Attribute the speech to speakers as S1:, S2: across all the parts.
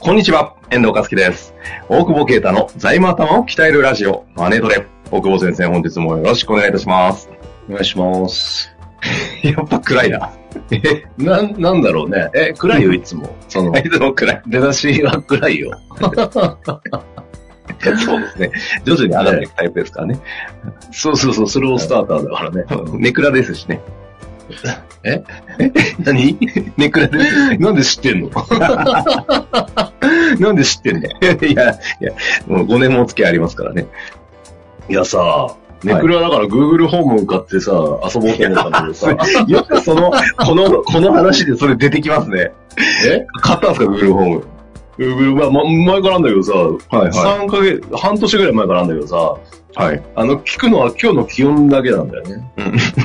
S1: こんにちは、遠藤和樹です。大久保啓太の財務頭を鍛えるラジオ、マネトレ。大久保先生、本日もよろしくお願いいたします。
S2: お願いします。
S1: やっぱ暗いな。
S2: え、なん、なんだろうね。え、暗いよ、いつも。その、
S1: いつも暗い。
S2: 出だしは暗い よ。
S1: そうですね。徐々に上がっていくタイプですからね。
S2: そうそうそう、スロースターターだからね。
S1: ネクラですしね。
S2: 何
S1: ネクラですしね。
S2: なんで知ってんの
S1: なんで知ってんねいや、いや、もう5年もお付き合いありますからね。
S2: いやさ、ネクラだから Google ホーム買ってさ、遊ぼうと思ったんだけどさ、
S1: よくそ の、この、この話でそれ出てきますね。
S2: え
S1: 買ったんですか、Google ホーム。
S2: ?Google、まあ、ま前からなんだけどさ、
S1: はいは
S2: 3ヶ月、半年ぐらい前からなんだけどさ、
S1: い。はい。
S2: あの、聞くのは今日の気温だけなんだよね。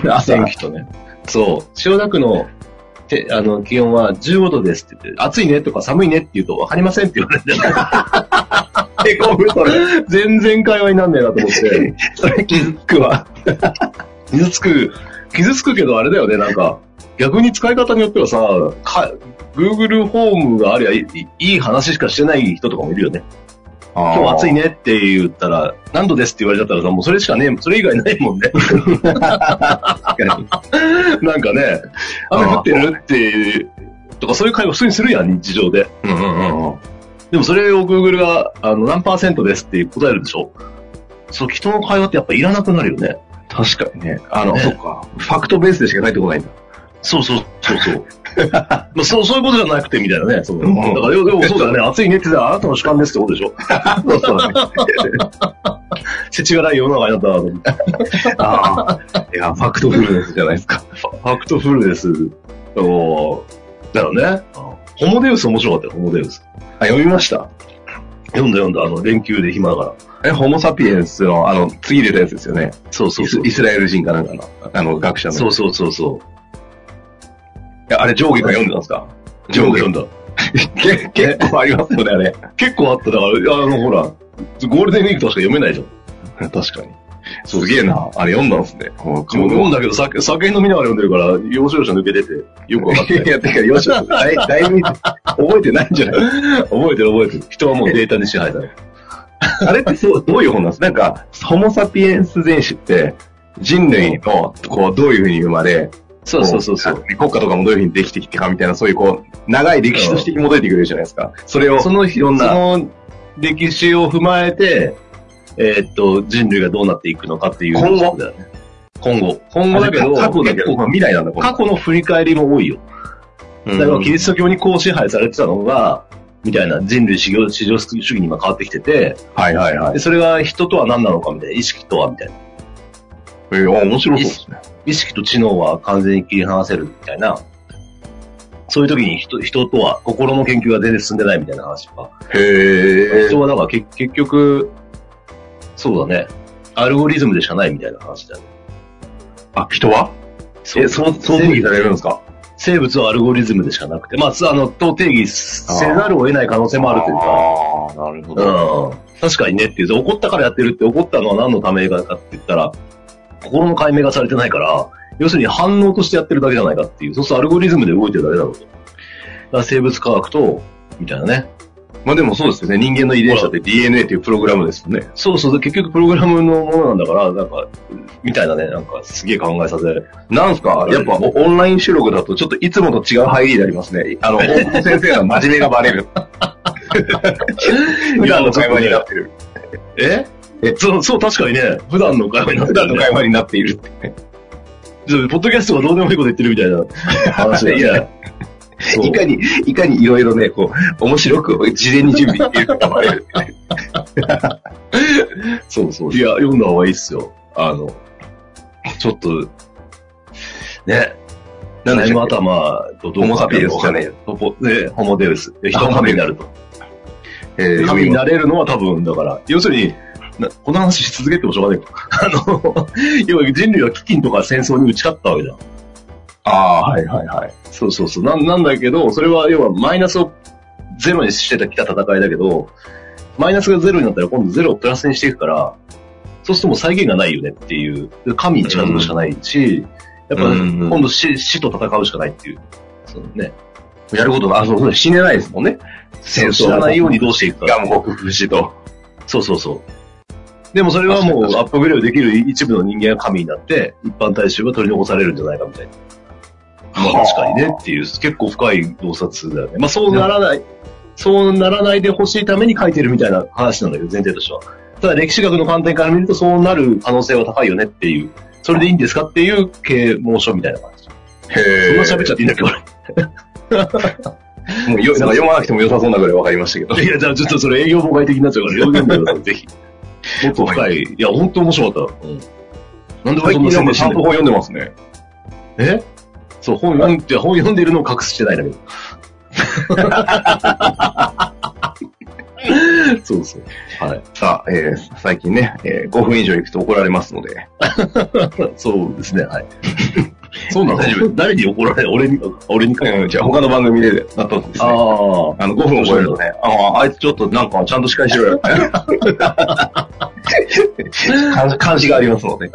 S1: 朝
S2: 天気とね。そう。千代田区の、て、あの、気温は15度ですって言って、暑いねとか寒いねって言うと分かりませんって言われて、
S1: え、こむ、それ。
S2: 全然会話になんねえなと思って、
S1: それ傷つくわ。
S2: 傷つく、傷つくけどあれだよね、なんか、逆に使い方によってはさ、か、Google ホームがありゃいいいい話しかしてない人とかもいるよね。
S1: 今
S2: 今日暑い。ねって言ったら、何度ですって言われちゃったらさ、もうそれしかねえ、それ以外ないもんね。
S1: 確かに
S2: なんかね、雨降ってるって、とかそういう会話普通にするやん、日常で。
S1: うんうんうんうん。
S2: でもそれを Google があの何パーセントですって答えるでしょそう、人の会話ってやっぱいらなくなるよね。
S1: 確かにね。あの、
S2: ね
S1: そっか。ファクトベースでしか返ってこないんだ。
S2: そうそう、そう そう。まあ、そう、そういうことじゃなくてみたいなね。そう。
S1: うん
S2: だから、要要はそうだよね。暑いねって言ったらあなたの主観ですってこと でしょ
S1: そうそう、ね。
S2: 世知辛い世の中になったなと思って
S1: ああ。いや、ファクトフルネスじゃないですか。
S2: ファクトフルです。おだよね。ホモデウス面白かったよ、ホモデウス。
S1: あ、読みました。
S2: 読んだ読んだ、あの、連休で暇だから。
S1: え、ホモ・サピエンスの、あの、次出たやつですよね。
S2: そうそう
S1: イス
S2: そう。
S1: イスラエル人かなんかの、あの、学者の。
S2: そうそうそうそう。
S1: いやあれ、上下から読んでたんですか上下
S2: 読んだ。
S1: け結構ありますよね、あれ。
S2: 結構あった。だから、あの、ほら、ゴールデンウィークとかしか読めないじゃん。
S1: 確かに。すげえな。あれ読んだんですね。もう
S2: 読んだけど酒、酒飲みながら読んでるから、要所要所抜けてて、よくわかって
S1: いや、てか、よし、だいだいぶ見て覚えてないんじゃない
S2: 覚えてる覚えてる。人はもうデータに支配だよ。
S1: あれってそう、どういう本なんですなんか、ホモ・サピエンス全史って、人類の、こう、どういうふうに生まれ、
S2: そ
S1: こ。国家とかもどういうふうにできてきてかみたいな、そういうこう、長い歴史として紐解いてくれるじゃないですか。それを、
S2: その
S1: いろんな、
S2: その歴史を踏まえて、えーっと、人類がどうなっていくのかっていう。
S1: 今後
S2: だよね。今後。今後だけど、
S1: 過去だけ
S2: 結
S1: ど、
S2: 構
S1: 未来なんだ、こ
S2: 過去の振り返りも多いよ。
S1: れ。
S2: だから、キリスト教にこう支配されてたのが、みたいな人類至上至上主義に今変わってきてて、
S1: はいはいは
S2: で
S1: い。
S2: それが人とは何なのかみたいな、意識とはみたいな。
S1: えー、あ面白そうですね。
S2: 意識と知能は完全に切り離せるみたいな、そういう時に人人とは、心の研究が全然進んでないみたいな話とか、
S1: へえ。
S2: 人はだから結結局、そうだね、アルゴリズムでしかないみたいな話だよね。
S1: あ、人は
S2: そう
S1: え、そう、そう定義されるんですか
S2: 生物はアルゴリズムでしかなくて、まあ、つあの、と定義せざるを得ない可能性もあるというか、
S1: ああ、なるほど。
S2: うん、確かにねっていう、怒ったからやってるって、怒ったのは何のためかって言ったら、心の解明がされてないから、要するに反応としてやってるだけじゃないかっていう、そうするとアルゴリズムで動いてるだけだろうと。だから生物科学と、みたいなね。
S1: まあでもそうですよね。人間の遺伝子だって DNA っていうプログラムですもんね。
S2: そうそう、結局プログラムのものなんだから、なんか、みたいなね、なんかすげえ考えさせる。
S1: なんすかやっぱオオンライン収録だとちょっといつもと違う入りになりますね。あの、 大久保先生の真面目がバレる。普段の会話になってる。
S2: え
S1: え
S2: そう、そう、確かにね、普段の会話になって
S1: 普段
S2: る、ね。
S1: の会話になっている って。
S2: ちょっとポッドキャストがどうでもいいこと言ってるみたいな話だ
S1: いや
S2: よね。そう
S1: いかに、いかにいろいろね、こう、面白く事前に準備しているかがバレる。
S2: そうそう。いや、読んだ方がいいっすよ。あの、ちょっと、ね。
S1: なんで
S2: 財
S1: し
S2: 務
S1: ょう。
S2: 頭とどう
S1: ホモサピエンス
S2: わかんないホモねホモデウス。人が神になると。
S1: えー
S2: 神
S1: 読み
S2: に
S1: ま
S2: なれるのは多分、だから、要するに、なこの話し続けてもしょうがない。あの、 要は人類は飢饉とか戦争に打ち勝ったわけじゃん。
S1: ああー、はいはいはい。
S2: そうそうそう。なんなんだけど、それは要はマイナスをゼロにしてたきた戦いだけど、マイナスがゼロになったら今度ゼロをプラスにしていくから、そうするともう再現がないよねっていう、神に近づくしかないし、やっぱ
S1: うんうん
S2: 今度死死と戦うしかないっていう、そのね、
S1: やることが、あ、そうそう、死ねないですもんね。戦
S2: 死
S1: 争
S2: なないようにどう
S1: し
S2: していくか。
S1: がもう克服しと。
S2: そうそうそう。でもそれはもうアップグレードできる一部の人間が神になって、一般大衆は取り残されるんじゃないかみたいな。ま
S1: は
S2: あ
S1: あ
S2: 確かにねっていう、結構深い洞察だよね。まあそうならない、そうならないでほしいために書いてるみたいな話なんだけど、前提としては。ただ歴史学の観点から見るとそうなる可能性は高いよねっていう、それでいいんですかっていう啓蒙書みたいな感じ。そん
S1: へえ。
S2: な喋っちゃっていいんだっ け、俺。
S1: もうよなんか読まなくても良さそうなぐらい分かりましたけど。
S2: いや、じゃあちょっとそれ営業妨害的になっちゃうから、読んでくださ い、ぜひ。もっと深い。いや、本当面白かった。うん。なんで
S1: 最
S2: 俺そ
S1: 近な
S2: んな
S1: ん
S2: 宣
S1: か
S2: 伝し
S1: ちゃん
S2: てん
S1: と
S2: の
S1: 本読んでますね。
S2: えそう、本読んで、本読んでるのを隠してないんだ けど。そうそう。はい。
S1: さあ、えー、最近ね、えー、5分以上行くと怒られますので。
S2: そうですね、はい。 そうなの
S1: 大丈夫
S2: 誰に怒られる俺に、俺にか。
S1: うん、じゃあ他の番組でだったんです
S2: あ
S1: ね。
S2: あ。
S1: あの、5分を超えるとね、ああ、あいつちょっとなんかちゃんと司会しろよ。監監視がありますの で、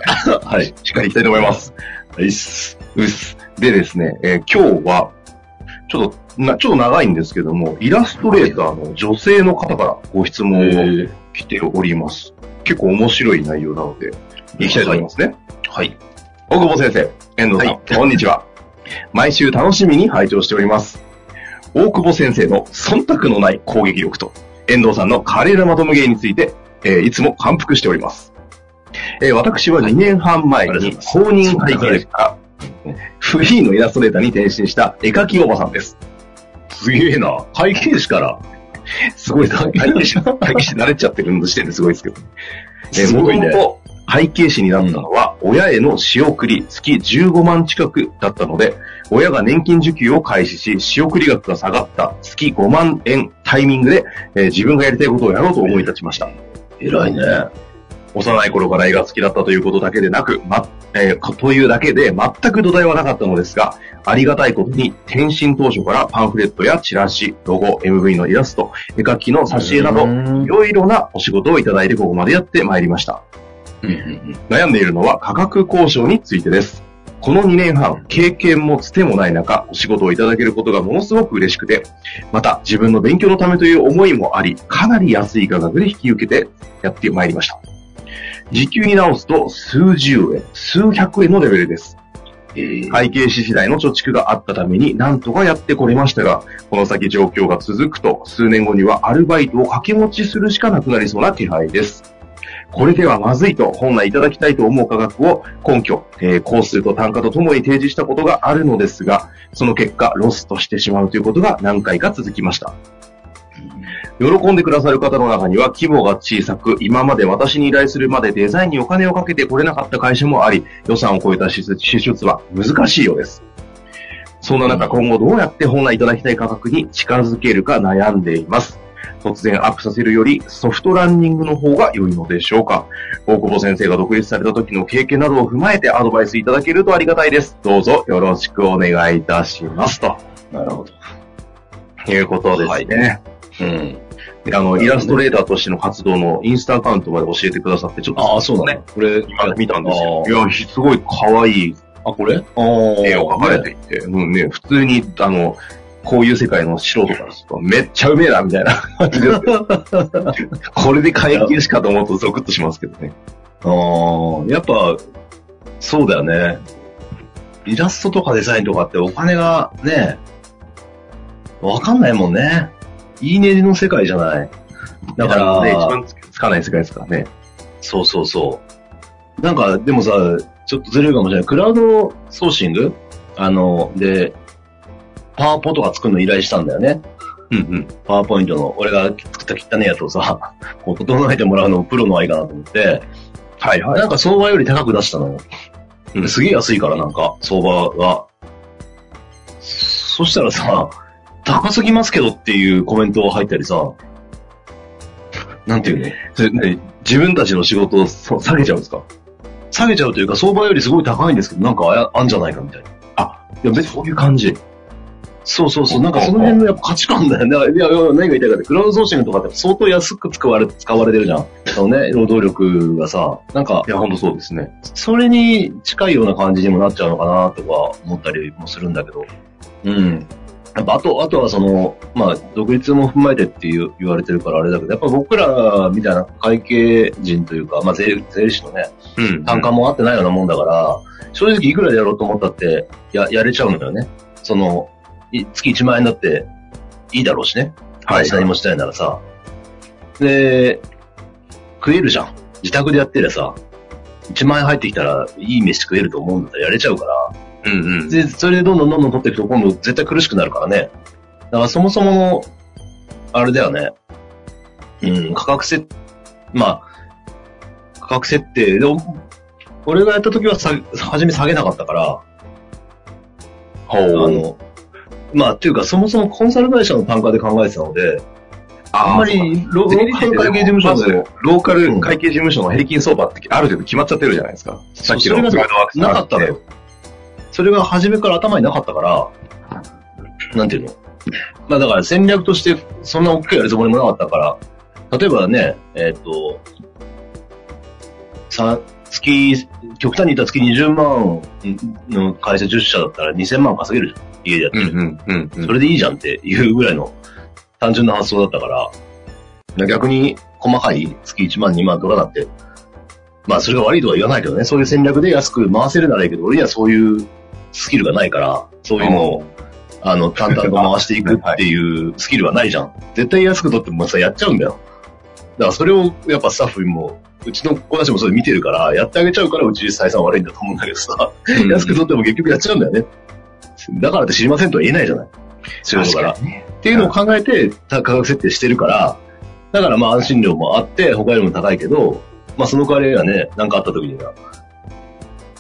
S2: はい。
S1: しっかりいきたいと思います。
S2: はいっす。
S1: うっす。でですね、えー今日は、ちょっと、な、ちょっと長いんですけども、イラストレーターの女性の方からご質問を
S2: えー
S1: 来ております。結構面白い内容なので、いきたいと思いますね。
S2: はい。
S1: 大久保先生、遠藤さん、
S2: は
S1: こんにちは。毎週楽しみに拝聴しております。大久保先生の忖度のない攻撃力と、遠藤さんの華麗なまとめ芸について、えーいつも感服しております。えー私は2年半前
S2: あり
S1: に
S2: が
S1: 公認背景から、フリーのイラストレーターに転身した絵描きおばさんです。
S2: すげえな。会計士から。
S1: すごいな、背景 師、背景師慣れちゃってるの時点ですごいですけど。えー、
S2: す
S1: も
S2: ご
S1: と
S2: い
S1: も
S2: ね。
S1: と背景師になったのは、親への仕送り、月15万近くだったので、親が年金受給を開始し、仕送り額が下がった月5万円タイミングで、えー自分がやりたいことをやろうと思い立ちました。
S2: 偉いね。
S1: 幼い頃から絵が好きだったということだけでなく、ま、えーこというだけで全く土台はなかったのですが、ありがたいことに転身当初からパンフレットやチラシ、ロゴ、MV のイラスト、絵描きの挿絵など、いろいろなお仕事をいただいてここまでやってまいりました。悩んでいるのは価格交渉についてです。この2年半、経験もつてもない中、お仕事をいただけることがものすごく嬉しくて、また自分の勉強のためという思いもあり、かなり安い価格で引き受けてやってまいりました。時給に直すと数十円、数百円のレベルです。
S2: えー
S1: 会計士時代の貯蓄があったためになんとかやってこれましたが、この先状況が続くと数年後にはアルバイトを掛け持ちするしかなくなりそうな気配です。これではまずいと本来いただきたいと思う価格を根拠、えー、工数と単価とともに提示したことがあるのですが、その結果ロスとしてしまうということが何回か続きました。喜んでくださる方の中には規模が小さく、今まで私に依頼するまでデザインにお金をかけてこれなかった会社もあり、予算を超えた支出支出は難しいようです。そんな中、今後どうやって本来いただきたい価格に近づけるか悩んでいます。突然アップさせるよりソフトランニングの方が良いのでしょうか大久保先生が独立された時の経験などを踏まえてアドバイスいただけるとありがたいです。どうぞよろしくお願いいたします。と
S2: なるほど。
S1: いうことですね。
S2: うん。
S1: であの、イラストレーターとしての活動のインスタアカウントまで教えてくださって、ちょっと。
S2: ああ、そうな
S1: ね。
S2: のこれ、
S1: 今見たんですよ
S2: あ。ー
S1: いや、ひすごい可愛い
S2: あ、これ
S1: 絵を描かれていて、うんね、普通に、あの、こういう世界の素人からすると、めっちゃうめえな、みたいな 感じですけどこれで解禁しかと思うとゾクッとしますけどね。
S2: ああ、やっぱ、そうだよね。イラストとかデザインとかってお金がね、わかんないもんね。いいねの世界じゃない。だか
S1: ね、一
S2: ら、
S1: 番つつかない世界ですからね。
S2: そうそうそう。なんか、でもさ、ちょっとずるいかもしれない。クラウドソーシングあの、で、パワポとか作るの依頼したんだよね。
S1: うんうん。
S2: パワーポイントの、俺が作った汚いやつをさ、こう整えてもらうのもプロの愛かなと思って、
S1: はいはい。
S2: なんか相場より高く出したのよ。
S1: うん
S2: すげえ安いから、なんか、相場が。そしたらさ、高すぎますけどっていうコメントが入ったりさ、なんていうの
S1: それね自分たちの仕事をそう下げちゃうんですか
S2: 下げちゃうというか、相場よりすごい高いんですけど、なんかあやあんじゃないかみたいな。
S1: いや、別にそういう感じ。
S2: そうそうそう、なんかその辺のやっぱ価値観だよね。いや、いや何が言いたいかって、クラウドソーシングとかって相当安く使われ、使われてるじゃん。そのね、労働力がさ、なんか
S1: い、や、ほんとそうですね。
S2: それに近いような感じにもなっちゃうのかなとか思ったりもするんだけど。うん。やっぱあと、あとはその、まあ、独立も踏まえてっていう言われてるからあれだけど、やっぱ僕らみたいな会計人というか、まあ税、税理士のね、
S1: うん
S2: 単価も合ってないようなもんだから、正直いくらでやろうと思ったって、や、やれちゃうんだよね。その、い月1万円だって、いいだろうしね。
S1: はい。
S2: 何もしたいならさ。で、食えるじゃん。自宅でやってりゃさ、1万円入ってきたら、いい飯食えると思うんだったらやれちゃうから。
S1: うんうん。
S2: で、それでどんどんどんどん取っていくと、今度絶対苦しくなるからね。だからそもそもの、あれだよね。うん、価格設、まあ、価格設定で、お俺がやった時はさ、初め下げなかったから、
S1: ほ
S2: あ
S1: う。
S2: の、まあ、っていうか、そもそもコンサル会社の単価で考えてたので、
S1: あ
S2: あんまり、ロローカル会計事務所の、
S1: ローカル会計事務所の平均相場ってある程度決まっちゃってるじゃないですか。さっきの
S2: そうそれ
S1: フ
S2: が
S1: ードワークス
S2: なかったのよ。それが初めから頭になかったから、なんていうのまあだから戦略としてそんな大きくやるつもりもなかったから、例えばね、えっ、と、さ、月、極端に言ったら月20万の会社10社だったら2000万稼げるじゃん。家でやって
S1: うん
S2: る。
S1: うんうんうん
S2: それでいいじゃんっていうぐらいの単純な発想だったから、逆に細かい月1万2万とかだって、まあそれが悪いとは言わないけどね、そういう戦略で安く回せるならいいけど、俺にはそういうスキルがないから、そういうのを、あの、淡々と回していくっていうスキルはないじゃん。絶対安く取ってもさ、やっちゃうんだよ。だからそれをやっぱスタッフにも、うちの子たちもそれ見てるから、やってあげちゃうからうち採算悪いんだと思うんだけどさ。
S1: うん
S2: 安く取っても結局やっちゃうんだよね。だからって知りませんとは言えないじゃない。仕事から。っ
S1: 確かにね
S2: ていうのを考えて価格設定してるから、だからまあ安心料もあって、他よりも高いけど、まあその代わりはね、何かあった時には、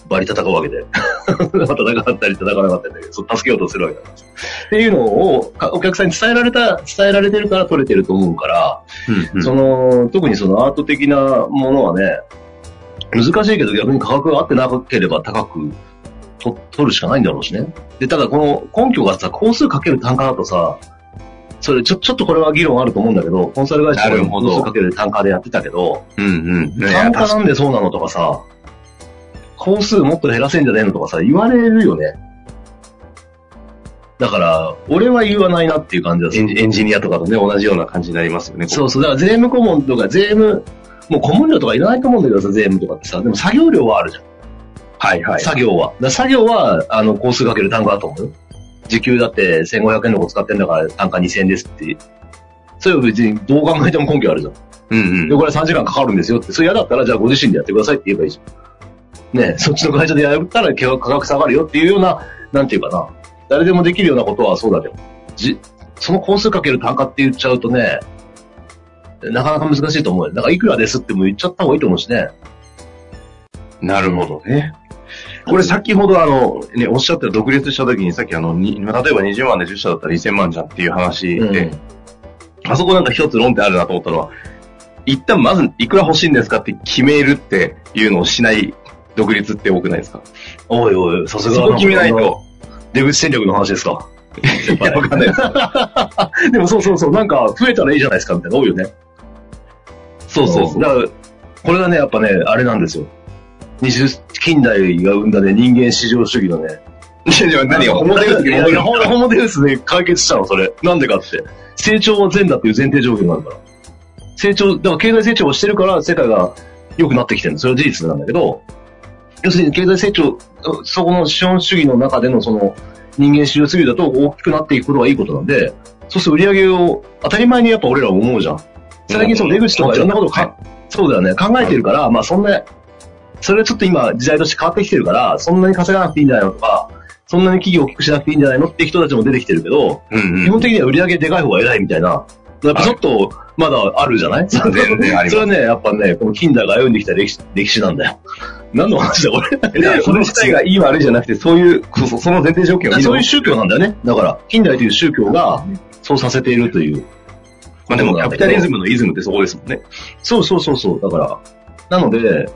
S2: バリ戦うわけで。 戦ったり戦わなかったりだけど、そう助けようとするわけなんです。っていうのをかお客さんに伝えられた、伝えられてるから取れてると思うから、
S1: うんうん
S2: その、特にそのアート的なものはね、難しいけど逆に価格が合ってなければ高くと取るしかないんだろうしね。で、ただこの根拠がさ、工数かける単価だとさ、それちょ、ちょっとこれは議論あると思うんだけど、コンサル会社
S1: なる
S2: の
S1: ほど
S2: 工数かける単価でやってたけど、
S1: うんうん。ね
S2: 単価
S1: 確か
S2: なんでそうなのとかさ、工数もっと減らせんじゃねえのとかさ、言われるよね。だから、俺は言わないなっていう感じだ
S1: にエンエンジニアとかとね、同じような感じになりますよね。
S2: そうそう、だから税務顧問とか税務、もう顧問料とかいらないと思うんだけどさ、税務とかってさ、でも作業量はあるじゃん、
S1: はいはい。
S2: 作業は。だから作業は、あの、工数かける単価だと思うよ。時給だって1500円の子使ってんだから単価2000円ですって。それは別にどう考えても根拠あるじゃん。
S1: うんう
S2: で、
S1: ん。
S2: これ3時間かかるんですよって。それ嫌だったら、じゃあご自身でやってくださいって言えばいいじゃん。ねえそっちの会社でやったら価格下がるよっていうような、なんていうかな。誰でもできるようなことはそうだけど、じ、その工数かける単価って言っちゃうとね、なかなか難しいと思うよ。だからいくらですっても言っちゃった方がいいと思うしね。
S1: なるほどね。これ先ほどあの、ね、おっしゃった独立した時にさっきあの、に例えば20万で10社だったら2000万じゃんっていう話
S2: うん
S1: で、あそこなんか一つ論点あるなと思ったのは、一旦まずいくら欲しいんですかって決めるっていうのをしない独立って多くないですか
S2: おいおい、さす
S1: そ
S2: が
S1: こ決めない。と。
S2: 出口戦略の話ですか。
S1: いや、わかんないです。
S2: でもそうそうそう、なんか増えたらいいじゃないですかみたいなの多いよね。
S1: そうそうそう。
S2: だから、これがね、やっぱね、あれなんですよ。二十、近代が生んだね、人間至上主義のね。
S1: いやいや、何が、ホモデウス
S2: いやいやホモホモデウスで解決したの、それ。なんでかって。成長は善だっていう前提条件があるから。成長、だから経済成長をしてるから世界が良くなってきてるのそれは事実なんだけど、要するに経済成長、そこの資本主義の中でのその人間主義主義だと大きくなっていくことはいいことなんで、そうすると売り上げを当たり前にやっぱ俺らは思うじゃん。最近そう出口とかいろんなことか、そうだよね。考えてるから、まあそんな、それはちょっと今時代として変わってきてるから、そんなに稼がなくていいんじゃないのとか、そんなに企業を大きくしなくていいんじゃないのって人たちも出てきてるけど、
S1: うんうん。
S2: 基本的には売り上げでかい方が偉いみたいな、やっぱちょっとまだあるじゃない、
S1: 全然あります
S2: それはね、やっぱね、この近代が歩んできた歴史歴史なんだよ。 何の話だ、こ
S1: いや
S2: れ。
S1: それ自体がいい悪いじゃなくて、そういう、そうそう、その前提条件を見る
S2: そういう宗教なんだよね。だから、近代という宗教が、そうさせているという。
S1: まあでも、キャピタリズムのイズムってそこですもんね。
S2: そうそうそうそう。だから、なので、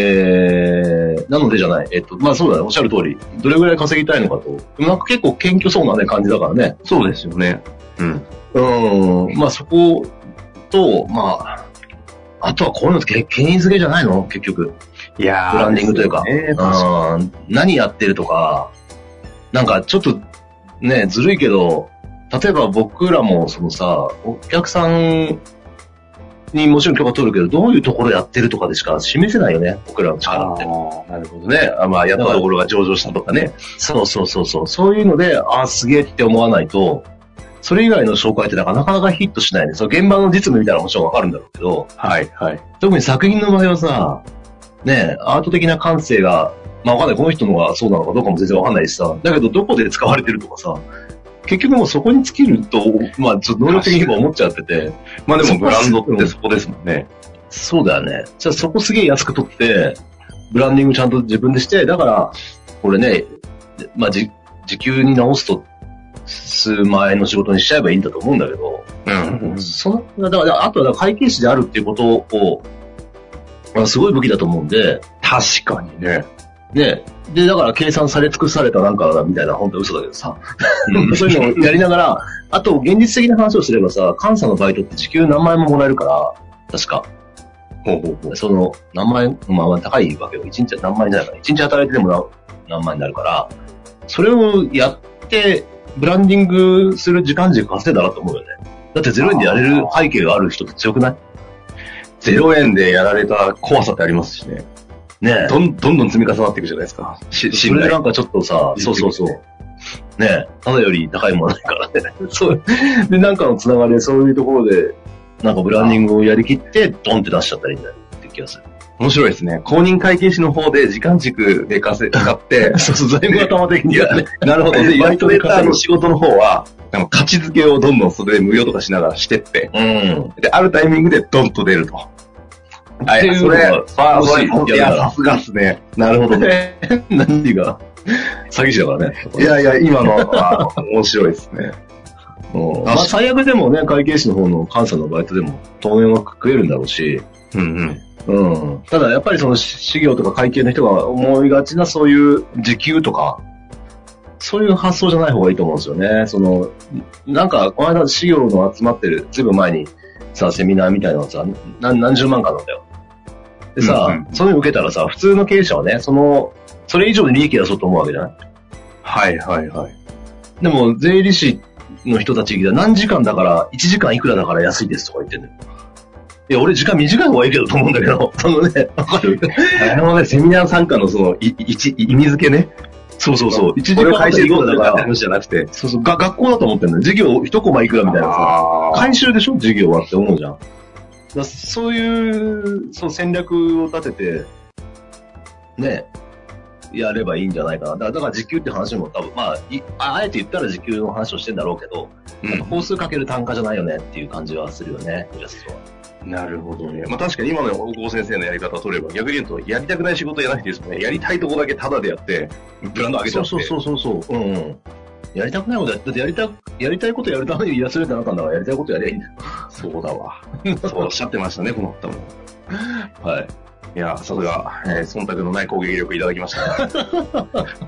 S2: えー、なのでじゃない。えっと、まあそうだね。おっしゃる通り。どれぐらい稼ぎたいのかと。でもなんか結構謙虚そうなね、感じだからね。
S1: そうですよね。うん。
S2: うん。まあそこと、まあ、あとはこういうのって権威づけじゃないの結局。
S1: いや
S2: ブランディングというか
S1: ですよね確か
S2: うん。何やってるとか、なんかちょっと、ね、ずるいけど、例えば僕らもそのさ、お客さんにもちろん許可取るけど、どういうところやってるとかでしか示せないよね、僕らの力
S1: あ
S2: って。
S1: あ、なるほどね。あまあ、やったところが上場したとかね。
S2: そうそうそうそう。そういうので、ああ、すげえって思わないと、それ以外の紹介ってなかなかヒットしないね。その現場の実務みたいなもちろんわかるんだろうけど、
S1: はい、はい。
S2: 特に作品の場合はさ、ねえ、アート的な感性が、まあわかんない、この人のがそうなのかどうかも全然わかんないしさ、だけどどこで使われてるとかさ、結局もうそこに尽きると、まあちょっと能力的にも思っちゃってて、
S1: まあで
S2: そ
S1: も、
S2: こ
S1: ブランドってそこですもんね。
S2: そうだよね。じゃあそこすげえ安く取って、ブランディングちゃんと自分でして、だから、これね、まあじ時給に直すと、数万円の仕事にしちゃえばいいんだと思うんだけど、
S1: うん
S2: そのだから、あとはだから会計士であるっていうことを、あすごい武器だと思うんで、
S1: 確かにね。
S2: ね、で、だから計算され尽くされたなんかみたいな、本当嘘だけどさ、 そういうのをやりながら、あと現実的な話をすればさ、監査のバイトって時給何万円ももらえるから、確か。
S1: ほうほうほう。
S2: その、何万円、まあまあ高いわけよ。一日は何万円じゃないから。一日働いてでもな何万円になるから、それをやって、ブランディングする時間軸稼いだなと思うよね。だって0円でやれる背景がある人って強くない
S1: 0円でやられた怖さってありますしね。
S2: ねえ。
S1: どんどんどん積み重なっていくじゃないですか。し
S2: そ
S1: 信
S2: れで
S1: 頼。
S2: なんかちょっとさ、そうそうそう。ねえ、ただより高いものないからね。 そう。で、なんかのつながりでそういうところで、なんかブランディングをやりきって、ドンって出しちゃったらいいんだよって気が する。
S1: 面白いですね。公認会計士の方で時間軸で稼い、使って、
S2: そうそう、 財務頭的にはね。
S1: な るほど。で、
S2: バ
S1: バ
S2: イ
S1: イ
S2: ト
S1: ト
S2: で
S1: デ
S2: 稼
S1: ー
S2: ぐ
S1: タの仕事の方は、なんか価値付けをどんどんそれで無料とかしながらしてって、
S2: うん。
S1: で、あるタイミングでドンと出ると。は
S2: って
S1: い、
S2: いう
S1: そ
S2: の
S1: れ、
S2: が
S1: あそれ
S2: 欲しい
S1: いや、さすがっすね。
S2: なるほ どね。 何が詐欺師だからね。
S1: いやいや、今の は面白いですね。
S2: うんまあ、最悪でもね、会計士の方の監査のバイトでも、当面は食えるんだろうし、
S1: うんうん。
S2: うん。ただやっぱりその資業とか会計の人が思いがちなそういう時給とか、そういう発想じゃない方がいいと思うんですよね。その、なんか、この間資業の集まってる、ずいぶん前にさ、セミナーみたいなのさ、何何十万かなんだよ。でさ、
S1: うん
S2: それ受けたらさ、普通の経営者はね、その、それ以上に利益出そうと思うわけじゃない
S1: はいはいはい。
S2: でも、税理士の人たちが何時間だから、1時間いくらだから安いですとか言ってんのよ。いや、俺時間短い方がいいけどと思うんだけど、 そのね、わかる
S1: なるほどね、セミナー参加のその、い、い、い意味付けね。
S2: そうそうそう。1時
S1: これ
S2: 間
S1: を会社
S2: い
S1: でど
S2: く
S1: う
S2: ら
S1: だ
S2: だ
S1: か
S2: から
S1: って
S2: ら、
S1: 話じゃなくて。
S2: そうそう、が学校だと思ってんのよ。授業一コマいくらみたいなさ。
S1: あー
S2: 回収でしょ授業はって思うじゃん。だからそういう、そう戦略を立てて、ね、やればいいんじゃないかな。だから、だから時給って話も多分、まあ、いああえて言ったら時給の話をしてんだろうけど、
S1: うん
S2: 工数かける単価じゃないよねっていう感じはするよね、ジャストは。
S1: なるほどね。まあ確かに今の大久保先生のやり方を取れば、逆に言うと、やりたくない仕事やらなくていいですもんね。やりたいとこだけタダでやって、ブランド上げちゃって。
S2: そうそうそうそうそう。うん、うん。やりたくないことやだってやりたく、やりたいことやるために癒された中だからやりたいことやりゃいいんだよ。
S1: そうだ わ。そうおっしゃってましたね、この方も。
S2: はい。
S1: いや、さすが、えー忖度のない攻撃力いただきました。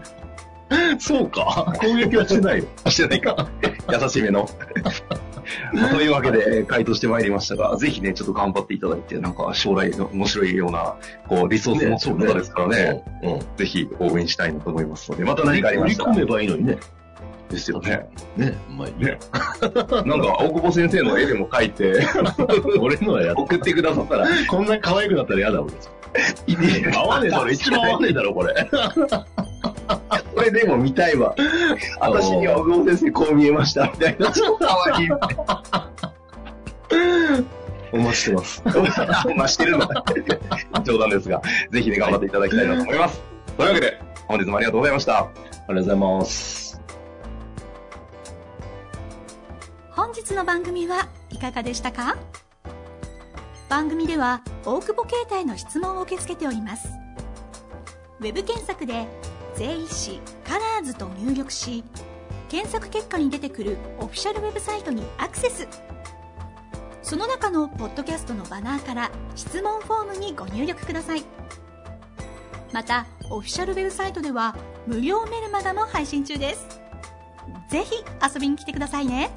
S2: そうか。攻撃はしてないよ。
S1: してないか。優しめの。まあというわけで、えー回答してまいりましたが、ぜひね、ちょっと頑張っていただいて、なんか将来の面白いような、こう、リソースもそう方ですからね、
S2: うん。うん。
S1: ぜひ応援したいなと思いますので、また何かありました
S2: 売り込
S1: ら
S2: めばいいの にね。
S1: ですよね。
S2: ね、うまい
S1: ね なんか、大久保先生の絵でも描いて、
S2: 俺のはやっ
S1: 送ってくださったら、
S2: こんな可愛くなったら嫌だもん。合わねえだろ、一番合わねえだろ、これ。
S1: これでも見たいわ。私には大久保先生こう見えました、みたいな。超可愛い。
S2: お待ちし てます。
S1: 増してるのか。冗談ですが、ぜひね、頑張っていただきたいなと思います。というわけで、本日もありがとうございました。
S2: ありがとうございます。
S3: 本日の番組はいかがでしたか番組では大久保携帯の質問を受け付けておりますウェブ検索で「税理士カラーズと入力し検索結果に出てくるオフィシャルウェブサイトにアクセスその中のポッドキャストのバナーから質問フォームにご入力くださいまたオフィシャルウェブサイトでは無料メルマガも配信中ですぜひ遊びに来てくださいね